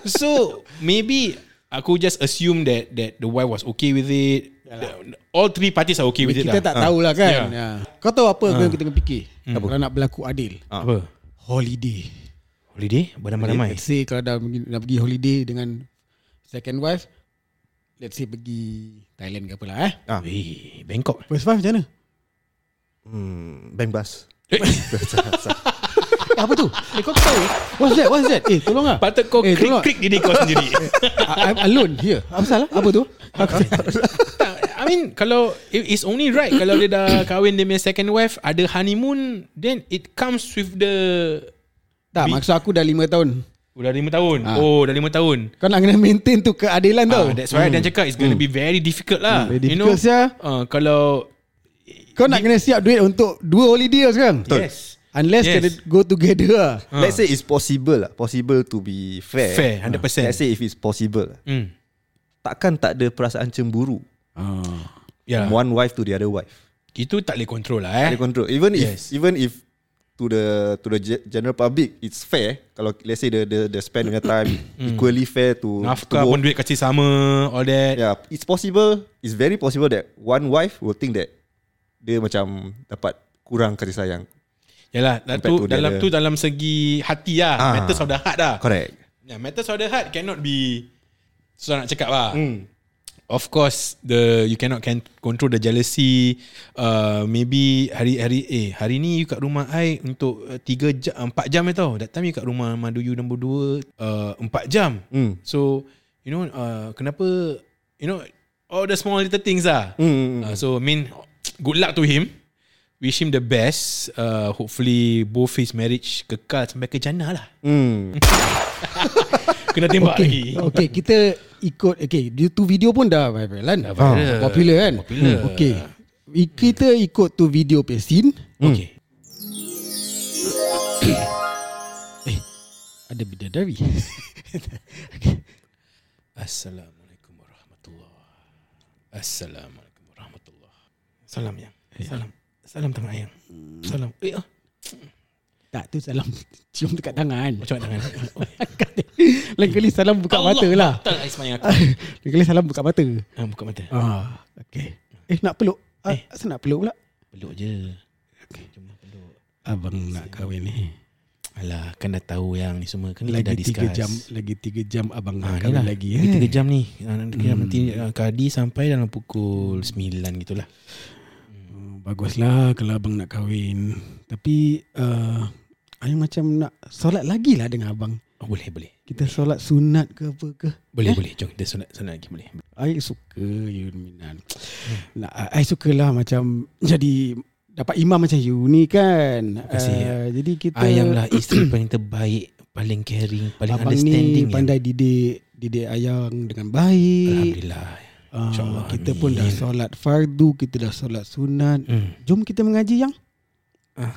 [SPEAKER 2] So maybe aku just assume that that the wife was okay with it. All three parties are okay with
[SPEAKER 1] Kita
[SPEAKER 2] it lah. Ah.
[SPEAKER 1] tak tahulah kan
[SPEAKER 2] Yeah.
[SPEAKER 1] yeah. Kau tahu apa yang kita kena fikir Kalau nak berlaku adil
[SPEAKER 2] Apa?
[SPEAKER 1] Holiday
[SPEAKER 2] Holiday Beramai-ramai
[SPEAKER 1] Let's say kalau dah pergi, dah pergi holiday dengan second wife, let's say pergi Thailand ke apa lah eh.
[SPEAKER 3] Ah,
[SPEAKER 2] Eh Bangkok
[SPEAKER 1] First wife macam mana?
[SPEAKER 3] hmm, bank bus.
[SPEAKER 1] Eh, apa tu? Eh, kau tahu? eh? What's that? What's that? Eh, tolong lah.
[SPEAKER 2] Patut kau
[SPEAKER 1] Eh, tolong.
[SPEAKER 2] klik-klik diri kau sendiri
[SPEAKER 1] I, I'm alone here. Apa salah? Apa tu? Aku
[SPEAKER 2] Tak, I mean Kalau it- It's only right Kalau dia dah kahwin Dia punya second wife Ada honeymoon Then it comes with the
[SPEAKER 1] tak, maksud aku dah lima tahun.
[SPEAKER 2] Oh dah lima tahun
[SPEAKER 1] Ah.
[SPEAKER 2] Oh dah lima tahun
[SPEAKER 1] Kau nak kena maintain tu keadilan tau.
[SPEAKER 2] Ah, that's why Dan cakap It's going to be very difficult lah
[SPEAKER 1] Very
[SPEAKER 2] You know
[SPEAKER 1] difficult, sia.
[SPEAKER 2] Ah, Kalau
[SPEAKER 1] Kau nak kena siap duit untuk dua holiday lah sekarang.
[SPEAKER 2] Yes
[SPEAKER 1] Unless
[SPEAKER 2] Yes.
[SPEAKER 1] yes. kena go together lah.
[SPEAKER 3] Uh. Let's say it's possible lah. Possible to be fair.
[SPEAKER 2] Fair 100%
[SPEAKER 3] Let's say if it's possible. lah.
[SPEAKER 2] Hmm.
[SPEAKER 3] Takkan tak ada perasaan cemburu
[SPEAKER 2] Ya
[SPEAKER 3] uh. one wife to the other wife.
[SPEAKER 2] Itu tak boleh control lah
[SPEAKER 3] Ada
[SPEAKER 2] eh
[SPEAKER 3] control. Even
[SPEAKER 2] Yes.
[SPEAKER 3] yes. if even if to the to the ge- general public it's fair kalau let's say the the, the spend dengan time equally fair to
[SPEAKER 2] Nafkah
[SPEAKER 3] to
[SPEAKER 2] pun
[SPEAKER 3] both.
[SPEAKER 2] duit kasih sama All that
[SPEAKER 3] Yeah, it's possible. It's very possible that one wife will think that dia macam dapat kurang kasih sayang.
[SPEAKER 2] Yalah dalam
[SPEAKER 3] Compared
[SPEAKER 2] tu,
[SPEAKER 3] to the
[SPEAKER 2] dalam
[SPEAKER 3] other.
[SPEAKER 2] tu dalam segi hati lah
[SPEAKER 3] Ah.
[SPEAKER 2] Matters of the heart lah
[SPEAKER 3] Correct.
[SPEAKER 2] yeah, Matters of the heart cannot be Susah nak cakap lah
[SPEAKER 3] Hmm.
[SPEAKER 2] Of course the You cannot can control the jealousy uh, Maybe hari-hari Eh hari ni you kat rumah I Untuk uh, 3 jam 4 jam je tau That time you kat rumah Madu you nombor 2 uh, 4 jam
[SPEAKER 3] Mm.
[SPEAKER 2] So You know uh, Kenapa You know All the small little things lah
[SPEAKER 3] Mm.
[SPEAKER 2] Uh, so I mean, good luck to him. Wish him the best. Uh, hopefully both his marriage kekal sampai ke jannah lah.
[SPEAKER 3] Mm.
[SPEAKER 2] Kena tembak lagi.
[SPEAKER 1] Okay. okay, kita ikut okay, dia tu video pun dah viral kan? Dah
[SPEAKER 2] viral.
[SPEAKER 1] Popular kan?
[SPEAKER 2] Popular.
[SPEAKER 1] Okay. I- Kita ikut tu video punya scene.
[SPEAKER 2] Okay.
[SPEAKER 1] Ada bidadari.
[SPEAKER 2] Assalamualaikum warahmatullahi. Assalamualaikum warahmatullahi. Salam yang. Salam. Salam tangan ayang.
[SPEAKER 1] Hmm.
[SPEAKER 2] Salam. Eh, ah.
[SPEAKER 1] tak, tu salam cium dekat tangan.
[SPEAKER 2] Macam mana tangan? Oh,
[SPEAKER 1] Lain kali salam buka mata lah.
[SPEAKER 2] Tak lah Ismail aku.
[SPEAKER 1] Lain kali salam buka mata.
[SPEAKER 2] Ah, buka mata.
[SPEAKER 1] Ah, okay. Eh, nak peluk? Ah, eh. Asal nak peluk pula?
[SPEAKER 2] Peluk je.
[SPEAKER 1] Abang nak kahwin ni.
[SPEAKER 2] Alah, kan dah tahu yang ni semua. Kan dah
[SPEAKER 1] Lagi tiga
[SPEAKER 2] discuss.
[SPEAKER 1] jam, lagi tiga jam abang nak
[SPEAKER 2] Ah, ni
[SPEAKER 1] kahwin
[SPEAKER 2] lah.
[SPEAKER 1] lagi.
[SPEAKER 2] Lagi
[SPEAKER 1] Eh. Hmm.
[SPEAKER 2] tiga jam ni. Ah, nanti Kira nanti ah, Kadi sampai dalam pukul 9 gitulah.
[SPEAKER 1] Hmm, Baguslah kalau abang nak kahwin. Tapi uh, ayang macam nak solat lagi lah dengan abang.
[SPEAKER 2] Oh, boleh, boleh.
[SPEAKER 1] Kita solat sunat ke apa ke.
[SPEAKER 2] Boleh, boleh. Jom kita sunat, sunat lagi boleh.
[SPEAKER 1] I suka you Minan. Nak, I I sukalah lah macam jadi dapat imam macam you ni kan.
[SPEAKER 2] kasih.
[SPEAKER 1] Uh, jadi kita
[SPEAKER 2] Ayang lah isteri paling terbaik, paling caring, paling
[SPEAKER 1] abang
[SPEAKER 2] understanding. ya.
[SPEAKER 1] ni
[SPEAKER 2] yang-
[SPEAKER 1] pandai didik didik ayang dengan baik.
[SPEAKER 2] Alhamdulillah.
[SPEAKER 1] Ah,
[SPEAKER 2] InsyaAllah,
[SPEAKER 1] kita pun dah
[SPEAKER 2] amin.
[SPEAKER 1] solat fardu, kita dah solat sunat.
[SPEAKER 2] Hmm.
[SPEAKER 1] Jom kita mengaji yang.
[SPEAKER 2] Ah.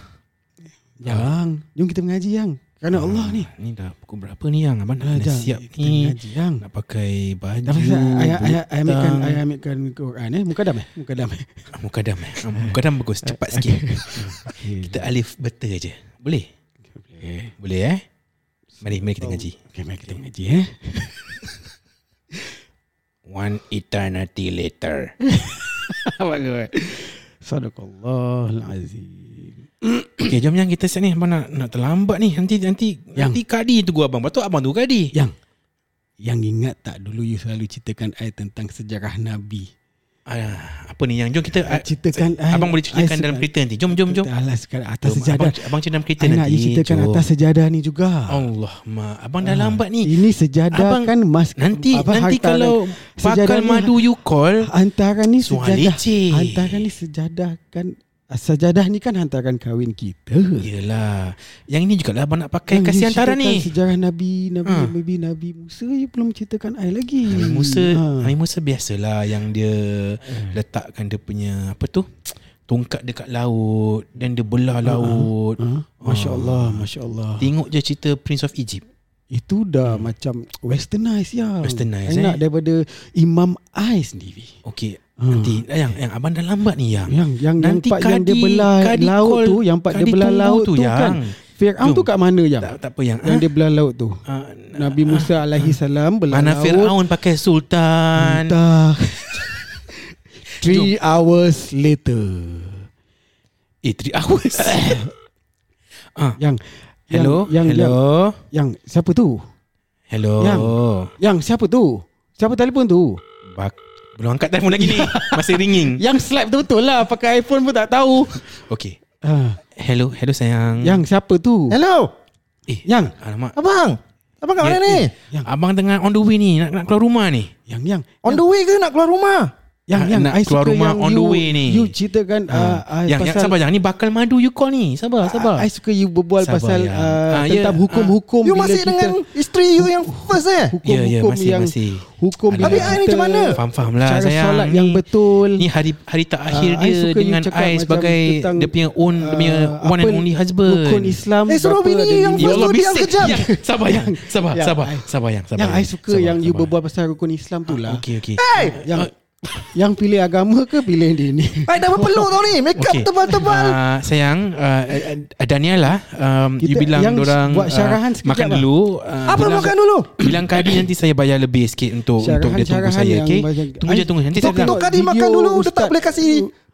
[SPEAKER 1] Yang, jom kita mengaji yang. Kerana Allah ni.
[SPEAKER 2] Ni dah pukul berapa ni yang? Abang dah, dah
[SPEAKER 1] Ajar
[SPEAKER 2] Ah, siap
[SPEAKER 1] kita
[SPEAKER 2] ni.
[SPEAKER 1] mengaji yang.
[SPEAKER 2] Nak pakai baju.
[SPEAKER 1] Dah pasal ayah ayah ayah ambilkan
[SPEAKER 2] butang.
[SPEAKER 1] ayah ambilkan Quran eh mukadam eh mukadam eh.
[SPEAKER 2] Ah, Mukadam eh. Ah, Mukadam bagus. Cepat sikit. kita alif beta je. Boleh? Boleh. Boleh eh? Mari, mari kita ngaji.
[SPEAKER 1] Okey mari kita mengaji eh.
[SPEAKER 2] One eternity later.
[SPEAKER 1] Bagus. Sadaqallahul azim.
[SPEAKER 2] Okay, jom yang kita set ni. Abang nak, nak terlambat ni. Nanti nanti
[SPEAKER 1] Yang.
[SPEAKER 2] yang. nanti kadi tu gua abang. Patut abang tu kadi.
[SPEAKER 1] Yang yang ingat tak dulu you selalu ceritakan I tentang sejarah Nabi.
[SPEAKER 2] Ah, apa ni yang jom kita ah,
[SPEAKER 1] Ceritakan I.
[SPEAKER 2] abang boleh ceritakan
[SPEAKER 1] I-
[SPEAKER 2] dalam kereta nanti. Jom jom jom.
[SPEAKER 1] Alah sekarang atas
[SPEAKER 2] Jom,
[SPEAKER 1] sejadah.
[SPEAKER 2] Abang, abang cerita dalam kereta
[SPEAKER 1] I
[SPEAKER 2] nanti.
[SPEAKER 1] nak you ceritakan
[SPEAKER 2] Jom.
[SPEAKER 1] atas sejadah ni juga.
[SPEAKER 2] Allah ma, abang
[SPEAKER 1] Ah.
[SPEAKER 2] dah lambat ni.
[SPEAKER 1] Ini sejadah
[SPEAKER 2] Abang,
[SPEAKER 1] kan mas
[SPEAKER 2] Nanti
[SPEAKER 1] apa,
[SPEAKER 2] nanti
[SPEAKER 1] harta
[SPEAKER 2] kalau
[SPEAKER 1] dan-
[SPEAKER 2] pakal
[SPEAKER 1] sejadah ni- lah.
[SPEAKER 2] madu you call
[SPEAKER 1] Hantaran ni
[SPEAKER 2] Soal
[SPEAKER 1] sejadah
[SPEAKER 2] leceh.
[SPEAKER 1] Hantaran ni sejadah kan Sejadah ni kan hantaran kahwin kita
[SPEAKER 2] Yelah Yang ini juga lah Abang nak pakai
[SPEAKER 1] Yang
[SPEAKER 2] Kasih
[SPEAKER 1] you
[SPEAKER 2] antara
[SPEAKER 1] ceritakan
[SPEAKER 2] ni
[SPEAKER 1] Sejarah Nabi Nabi,
[SPEAKER 2] Ha.
[SPEAKER 1] Nabi Nabi Musa You belum ceritakan I lagi
[SPEAKER 2] Nabi Musa
[SPEAKER 1] Ha. Hmm.
[SPEAKER 2] Nabi Musa biasalah Yang dia Letakkan dia punya Apa tu Tongkat dekat laut Dan dia belah laut
[SPEAKER 1] ha? Masya Allah Masya Allah
[SPEAKER 2] Tengok je cerita Prince of Egypt
[SPEAKER 1] Itu dah macam Westernized ya I
[SPEAKER 2] Westernised, eh?
[SPEAKER 1] nak daripada Imam I sendiri
[SPEAKER 2] Okay
[SPEAKER 1] Ha.
[SPEAKER 2] Nanti lah, Yang, yang abang dah lambat ni Yang
[SPEAKER 1] yang yang
[SPEAKER 2] Nanti
[SPEAKER 1] yang part yang dia
[SPEAKER 2] Kadi-
[SPEAKER 1] belah
[SPEAKER 2] Kadi
[SPEAKER 1] laut
[SPEAKER 2] call-
[SPEAKER 1] tu, yang part dia
[SPEAKER 2] Kadi
[SPEAKER 1] belah
[SPEAKER 2] tunggu
[SPEAKER 1] laut
[SPEAKER 2] tu,
[SPEAKER 1] tu, kan.
[SPEAKER 2] Yang.
[SPEAKER 1] Firaun tu
[SPEAKER 2] Jom.
[SPEAKER 1] kat mana yang?
[SPEAKER 2] Tak, tak apa Yang
[SPEAKER 1] Yang dia belah laut tu.
[SPEAKER 2] Ah,
[SPEAKER 1] Nabi Musa alaihi salam belah
[SPEAKER 2] Mana
[SPEAKER 1] laut. Hmm,
[SPEAKER 2] Fir'aun pakai sultan
[SPEAKER 1] Entah. Three hours later.
[SPEAKER 2] Eh 3 hours
[SPEAKER 1] Yang Yang-
[SPEAKER 2] Hello?
[SPEAKER 1] yang-
[SPEAKER 2] Hello?
[SPEAKER 1] Yang siapa tu?
[SPEAKER 2] Hello?
[SPEAKER 1] Yang. Yang siapa tu? Siapa telefon tu?
[SPEAKER 2] Bak belum angkat telefon lagi ni. Masih ringing.
[SPEAKER 1] Yang slap tu betul lah Pakai iPhone pun tak tahu
[SPEAKER 2] Okay. Hmm.
[SPEAKER 1] Ah,
[SPEAKER 2] Hello, hello sayang.
[SPEAKER 1] Yang siapa tu?
[SPEAKER 3] Hello
[SPEAKER 2] Eh,
[SPEAKER 1] Yang
[SPEAKER 2] alamak.
[SPEAKER 3] Abang Abang kat mana
[SPEAKER 2] Ya,
[SPEAKER 3] ni
[SPEAKER 2] eh, yang. Abang tengah on the way ni, nak, nak keluar rumah ni.
[SPEAKER 1] Yang Yang
[SPEAKER 3] On the way ke nak keluar rumah
[SPEAKER 1] Yang
[SPEAKER 2] Nak-
[SPEAKER 1] yang
[SPEAKER 2] nak
[SPEAKER 1] I
[SPEAKER 2] keluar
[SPEAKER 1] suka
[SPEAKER 2] rumah
[SPEAKER 1] yang
[SPEAKER 2] on the
[SPEAKER 1] you-
[SPEAKER 2] way ni. Ha.
[SPEAKER 1] You ceritakan uh, I
[SPEAKER 2] Ah, yang, yang
[SPEAKER 1] pasal Ah,
[SPEAKER 2] sabar jangan ni bakal madu you call ni. Sabar, sabar.
[SPEAKER 1] I suka you berbual
[SPEAKER 2] Sabar,
[SPEAKER 1] pasal
[SPEAKER 2] Yang.
[SPEAKER 1] uh,
[SPEAKER 2] Ah, ya.
[SPEAKER 1] tentang hukum-hukum
[SPEAKER 3] You
[SPEAKER 1] bila
[SPEAKER 3] masih
[SPEAKER 1] kita-
[SPEAKER 3] dengan Isteri you yang first eh
[SPEAKER 1] hukum-hukum
[SPEAKER 2] Ya, ya, masih,
[SPEAKER 1] yang
[SPEAKER 2] masih.
[SPEAKER 1] hukum
[SPEAKER 2] Ada-
[SPEAKER 1] bila
[SPEAKER 3] Habis I ni
[SPEAKER 1] kita-
[SPEAKER 3] macam mana?
[SPEAKER 2] Faham-faham lah
[SPEAKER 1] cara
[SPEAKER 2] sayang.
[SPEAKER 1] solat yang betul.
[SPEAKER 2] Ni hari hari terakhir
[SPEAKER 1] Ah,
[SPEAKER 2] dia
[SPEAKER 1] I suka you
[SPEAKER 2] dengan
[SPEAKER 1] cakap
[SPEAKER 2] I
[SPEAKER 1] macam
[SPEAKER 2] sebagai
[SPEAKER 1] tentang,
[SPEAKER 2] dia punya own dia punya
[SPEAKER 1] ah,
[SPEAKER 2] one and
[SPEAKER 1] apa
[SPEAKER 2] only husband.
[SPEAKER 1] Rukun Islam
[SPEAKER 3] Eh, suruh
[SPEAKER 1] berapa
[SPEAKER 3] bini
[SPEAKER 1] ada
[SPEAKER 3] yang
[SPEAKER 1] lima.
[SPEAKER 2] Ya Allah
[SPEAKER 3] Kau diam
[SPEAKER 2] bising.
[SPEAKER 3] kejap.
[SPEAKER 2] Yang, sabar yang, sabar,
[SPEAKER 1] Yang,
[SPEAKER 2] sabar,
[SPEAKER 1] I-
[SPEAKER 2] sabar yang, sabar.
[SPEAKER 1] Ya. Yang I suka
[SPEAKER 2] sabar,
[SPEAKER 1] yang you
[SPEAKER 2] sabar.
[SPEAKER 1] berbual pasal rukun Islam tu lah
[SPEAKER 2] Okey, Ah. okey.
[SPEAKER 1] Yang yang pilih agama ke pilih dia ni
[SPEAKER 3] I dah berpeluh tau ni Make up
[SPEAKER 2] Okey.
[SPEAKER 3] tebal-tebal
[SPEAKER 2] Uh, sayang uh, uh, Daniela um, You
[SPEAKER 1] Kita-
[SPEAKER 2] bilang
[SPEAKER 1] yang
[SPEAKER 2] dorang ah,
[SPEAKER 1] buat syarahan sekejap
[SPEAKER 2] Makan
[SPEAKER 1] lah.
[SPEAKER 2] dulu uh,
[SPEAKER 3] Apa makan dulu?
[SPEAKER 2] Bilang Kadi nanti saya bayar lebih sikit Untuk
[SPEAKER 1] Syarahan-
[SPEAKER 2] untuk dia tunggu
[SPEAKER 1] syarahan
[SPEAKER 2] saya
[SPEAKER 1] yang
[SPEAKER 2] okay?
[SPEAKER 1] macam-
[SPEAKER 2] Tunggu je
[SPEAKER 1] Ai-
[SPEAKER 2] tunggu Nanti saya
[SPEAKER 1] Tok-
[SPEAKER 2] bilang
[SPEAKER 3] Tok Kadi
[SPEAKER 1] video
[SPEAKER 3] makan dulu Dia
[SPEAKER 1] ustaz-
[SPEAKER 3] tak boleh kasih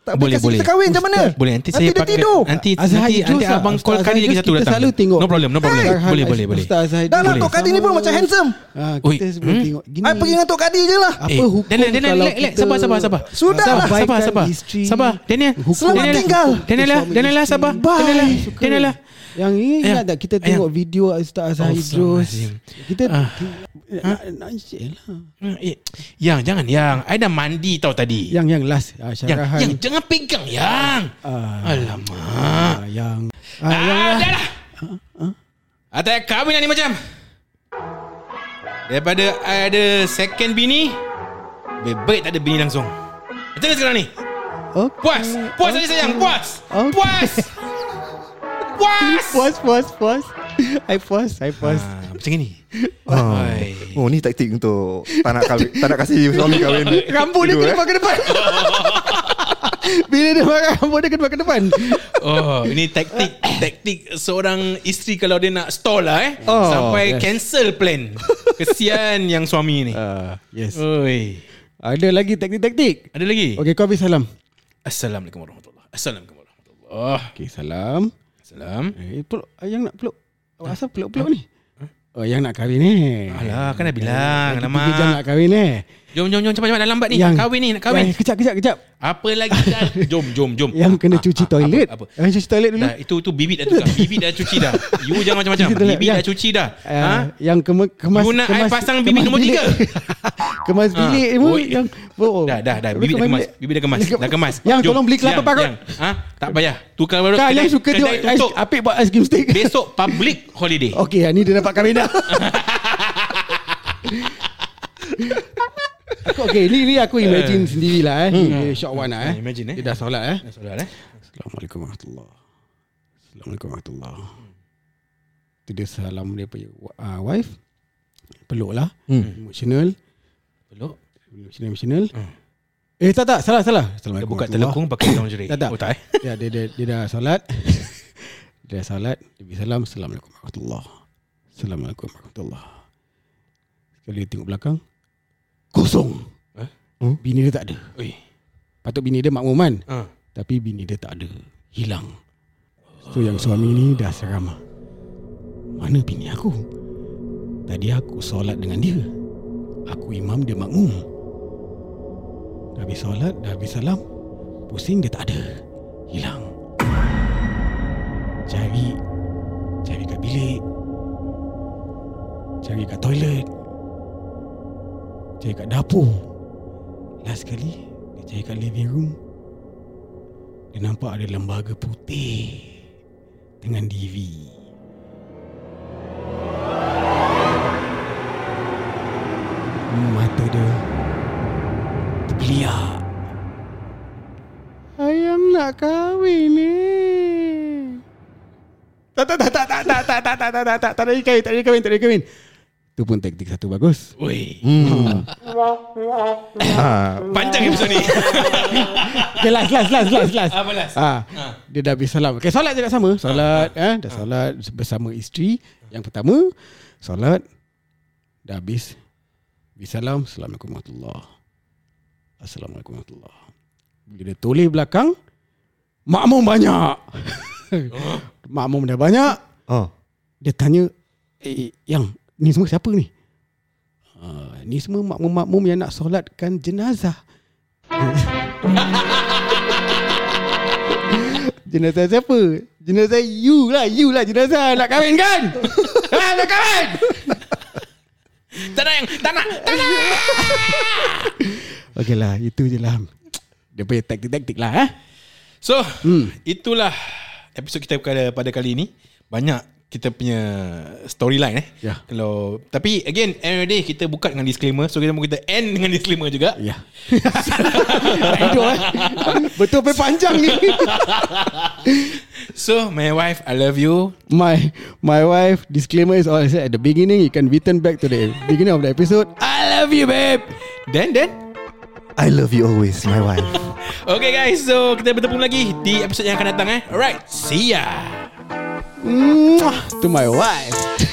[SPEAKER 3] Tak
[SPEAKER 2] Boleh,
[SPEAKER 3] boleh kasih
[SPEAKER 2] boleh.
[SPEAKER 3] kita kahwin macam mana
[SPEAKER 2] Boleh nanti saya
[SPEAKER 3] dia
[SPEAKER 2] pakai
[SPEAKER 3] tidur
[SPEAKER 2] Nanti
[SPEAKER 1] Azhar
[SPEAKER 2] nanti,
[SPEAKER 1] Hajus
[SPEAKER 2] nanti
[SPEAKER 1] lah.
[SPEAKER 2] abang call
[SPEAKER 1] Ustaz
[SPEAKER 2] Kadi lagi
[SPEAKER 1] Hajus
[SPEAKER 2] satu
[SPEAKER 1] kita
[SPEAKER 2] datang
[SPEAKER 1] selalu tengok.
[SPEAKER 2] No problem no problem
[SPEAKER 1] Syarahan
[SPEAKER 2] Boleh boleh boleh
[SPEAKER 1] Ustaz Zahid
[SPEAKER 3] Dah lah
[SPEAKER 2] Boleh.
[SPEAKER 3] Tok Kadi ni pun macam handsome
[SPEAKER 1] Ah,
[SPEAKER 2] Oi,
[SPEAKER 1] kita sebelum
[SPEAKER 2] hmm?
[SPEAKER 1] tengok gini.
[SPEAKER 3] I pergi dengan Tok Kadi je lah
[SPEAKER 1] apa
[SPEAKER 2] Eh,
[SPEAKER 1] hukum
[SPEAKER 2] Daniel, Daniel,
[SPEAKER 1] kalau
[SPEAKER 2] relax, relax.
[SPEAKER 1] kita
[SPEAKER 2] Sabar, sabar, sabar.
[SPEAKER 3] Sudah lah.
[SPEAKER 1] abaikan
[SPEAKER 2] Sabar, sabar.
[SPEAKER 1] isteri?
[SPEAKER 2] Sabar, Daniel.
[SPEAKER 1] Hukum
[SPEAKER 3] Selamat
[SPEAKER 1] dalam-
[SPEAKER 3] tinggal.
[SPEAKER 2] Daniel lah,
[SPEAKER 1] suami
[SPEAKER 2] Daniel lah,
[SPEAKER 1] isteri.
[SPEAKER 2] sabar.
[SPEAKER 1] Bye.
[SPEAKER 2] Daniel lah,
[SPEAKER 1] Suka.
[SPEAKER 2] Daniel lah.
[SPEAKER 1] Yang ini
[SPEAKER 2] Ayang.
[SPEAKER 1] ingat tak kita
[SPEAKER 2] Ayang.
[SPEAKER 1] tengok video Ustaz Azhar Idrus.
[SPEAKER 2] Astagfirullahalazim.
[SPEAKER 1] Kita Ha?
[SPEAKER 2] Ah.
[SPEAKER 1] nak nak share lah.
[SPEAKER 2] Eh, Yang, jangan yang. I dah mandi tau tadi.
[SPEAKER 1] Yang yang last ah,
[SPEAKER 2] Yang,
[SPEAKER 1] syarahan.
[SPEAKER 2] yang jangan pegang yang.
[SPEAKER 1] Ah,
[SPEAKER 2] Alamak.
[SPEAKER 1] ah, yang ah, yang
[SPEAKER 2] Ah,
[SPEAKER 1] lah.
[SPEAKER 2] dah lah. Atas kahwin lah ni macam. Daripada I ada second bini, lebih baik tak ada bini langsung. Macam mana sekarang ni?
[SPEAKER 1] Okay.
[SPEAKER 2] Puas. Puas
[SPEAKER 1] eh.
[SPEAKER 2] tadi sayang, puas.
[SPEAKER 1] Okay.
[SPEAKER 2] Puas. Puas.
[SPEAKER 1] Puas, puas, puas. I puas, I puas.
[SPEAKER 2] Ah, macam ni. Oi.
[SPEAKER 3] Oh, oh ni taktik untuk tak nak kahwin, tak nak kasih suami kahwin. eh.
[SPEAKER 1] Rambut dia
[SPEAKER 3] Dulu,
[SPEAKER 1] kena ke depan. Bila dia marah rambut dia kena ke depan.
[SPEAKER 2] Oh, ini taktik taktik seorang isteri kalau dia nak stall lah eh. Oh, sampai yes. cancel plan. Kesian yang suami ni.
[SPEAKER 1] Ah, yes.
[SPEAKER 2] Oi.
[SPEAKER 1] Ada lagi taktik-taktik.
[SPEAKER 2] Ada lagi?
[SPEAKER 1] Okey, kau habis salam.
[SPEAKER 2] Assalamualaikum warahmatullahi. Assalamualaikum warahmatullahi.
[SPEAKER 1] Okey, salam.
[SPEAKER 2] Salam.
[SPEAKER 1] Eh, peluk. Ah, Yang nak peluk. Awak asal peluk-peluk ni? Oh, yang nak kahwin ni.
[SPEAKER 2] Alah, kan dah bilang.
[SPEAKER 1] Lagi
[SPEAKER 2] Alamak.
[SPEAKER 1] Tiga jam nak kahwin ni.
[SPEAKER 2] Jom, jom, jom. Cepat-cepat dah lambat ni. Nak kahwin ni, nak kahwin.
[SPEAKER 1] Yang, Eh, kejap, kejap, kejap.
[SPEAKER 2] Apa lagi dah? Jom, jom, jom. Ah,
[SPEAKER 1] Yang kena cuci toilet.
[SPEAKER 2] Apa, apa?
[SPEAKER 1] Yang cuci toilet dulu.
[SPEAKER 2] Dah, itu tu bibit dah tukar. bibit dah cuci dah. You jangan macam-macam.
[SPEAKER 1] Cuci toilet,
[SPEAKER 2] Bibit
[SPEAKER 1] yang-
[SPEAKER 2] dah cuci dah.
[SPEAKER 1] Ah,
[SPEAKER 2] Ha?
[SPEAKER 1] Yang kema- kemas
[SPEAKER 2] You nak I
[SPEAKER 1] kemas,
[SPEAKER 2] pasang bibit nomor
[SPEAKER 1] bilik.
[SPEAKER 2] tiga?
[SPEAKER 1] kemas
[SPEAKER 2] Ah,
[SPEAKER 1] bilik pun
[SPEAKER 2] oi.
[SPEAKER 1] yang oh,
[SPEAKER 2] Dah, dah, dah. Bibit dah kemas. Bibit dah kemas. Dah kemas.
[SPEAKER 1] Yang
[SPEAKER 2] Jom.
[SPEAKER 1] tolong beli kelapa
[SPEAKER 2] Yang,
[SPEAKER 1] parut.
[SPEAKER 2] yang. Ha? Tak payah. Tukar parut.
[SPEAKER 1] Kau yang
[SPEAKER 2] kedai-
[SPEAKER 1] suka
[SPEAKER 2] kedai
[SPEAKER 1] tengok ais, Oh.
[SPEAKER 2] tutup.
[SPEAKER 1] Apik buat ice cream stick.
[SPEAKER 2] Besok public holiday.
[SPEAKER 1] Okey, yang ni dia dapat kahwin dah. aku okey, ni ni aku imagine sendirilah eh. Hmm. Short one lah eh.
[SPEAKER 2] Ah, imagine, eh.
[SPEAKER 1] Dia dah solat eh.
[SPEAKER 2] Soalan eh.
[SPEAKER 1] Assalamualaikum warahmatullahi. Assalamualaikum warahmatullahi. Tu dia salam dia punya uh, wife. Peluk lah. Hmm. Emotional.
[SPEAKER 2] Peluk.
[SPEAKER 1] Emotional, emotional. Hmm. Eh tak tak, salah salah.
[SPEAKER 2] Dia
[SPEAKER 1] Assalamualaikum.
[SPEAKER 2] buka
[SPEAKER 1] warahmatullahi.
[SPEAKER 2] telekung pakai lingerie.
[SPEAKER 1] Tak, tak.
[SPEAKER 2] Oh, tak eh.
[SPEAKER 1] Ya, dia, dia, dia dah solat. dia dah solat. Dia beri salam. Assalamualaikum warahmatullahi Assalamualaikum warahmatullahi Sekali dia tengok belakang. Kosong.
[SPEAKER 2] Eh?
[SPEAKER 1] Hmm? Bini dia tak ada.
[SPEAKER 2] Oi.
[SPEAKER 1] Patut bini dia makmuman.
[SPEAKER 2] Ha.
[SPEAKER 1] Tapi bini dia tak ada. Hilang. So yang suami ni dah serama. Mana bini aku? Tadi aku solat dengan dia. Aku imam dia makmum. Dah habis solat, dah habis salam. Pusing dia tak ada. Hilang. Cari. Cari kat bilik. Cari kat toilet. Cari kat dapur. Last kali, dia cari kat living room. Dia nampak ada lembaga putih dengan DV. Mata dia terpeliak. Ayam nak kahwin ni. Tak tak tak tak tak tak tak tak tak tak tak tak tak ada kahwin tak ada kahwin tak ada kahwin. Itu pun taktik satu bagus.
[SPEAKER 2] Oi.
[SPEAKER 3] Ha.
[SPEAKER 2] Panjang episod ni.
[SPEAKER 1] Okay, last, last, last, last, last.
[SPEAKER 2] Apa last? Ha.
[SPEAKER 1] Ah, Dia dah habis salam. Okay, solat juga sama. Solat, eh, dah solat bersama isteri. Yang pertama, solat. Dah habis. Habis salam. Assalamualaikum warahmatullahi Assalamualaikum warahmatullahi Bila dia toleh belakang,
[SPEAKER 2] Oh.
[SPEAKER 1] makmum banyak. makmum dah banyak.
[SPEAKER 3] Oh.
[SPEAKER 1] Dia tanya eh, Yang Ni semua siapa ni uh, Ni semua makmum-makmum Yang nak solatkan jenazah Jenazah siapa? Jenazah you lah You lah jenazah Nak kahwin kan? ha, nak kahwin?
[SPEAKER 4] Tak nak yang Tak nak Tak nak
[SPEAKER 1] Okey lah Itu je lah Dia punya taktik-taktik lah eh?
[SPEAKER 2] So hmm. Itulah Episod kita pada, pada kali ini Banyak kita punya storyline eh.
[SPEAKER 1] Ya.
[SPEAKER 2] Kalau tapi again end of the day kita buka dengan disclaimer. So kita mau kita end dengan disclaimer juga.
[SPEAKER 1] Ya Hidup eh Betul pe panjang ni
[SPEAKER 2] So my wife I love you.
[SPEAKER 1] My my wife Disclaimer is all I said at the beginning You can return back to the Beginning of the episode
[SPEAKER 2] I love you babe. Then then
[SPEAKER 3] I love you always, my wife.
[SPEAKER 2] Okay guys So kita bertemu lagi Di episod yang akan datang eh Alright See ya
[SPEAKER 1] Mwah, To my wife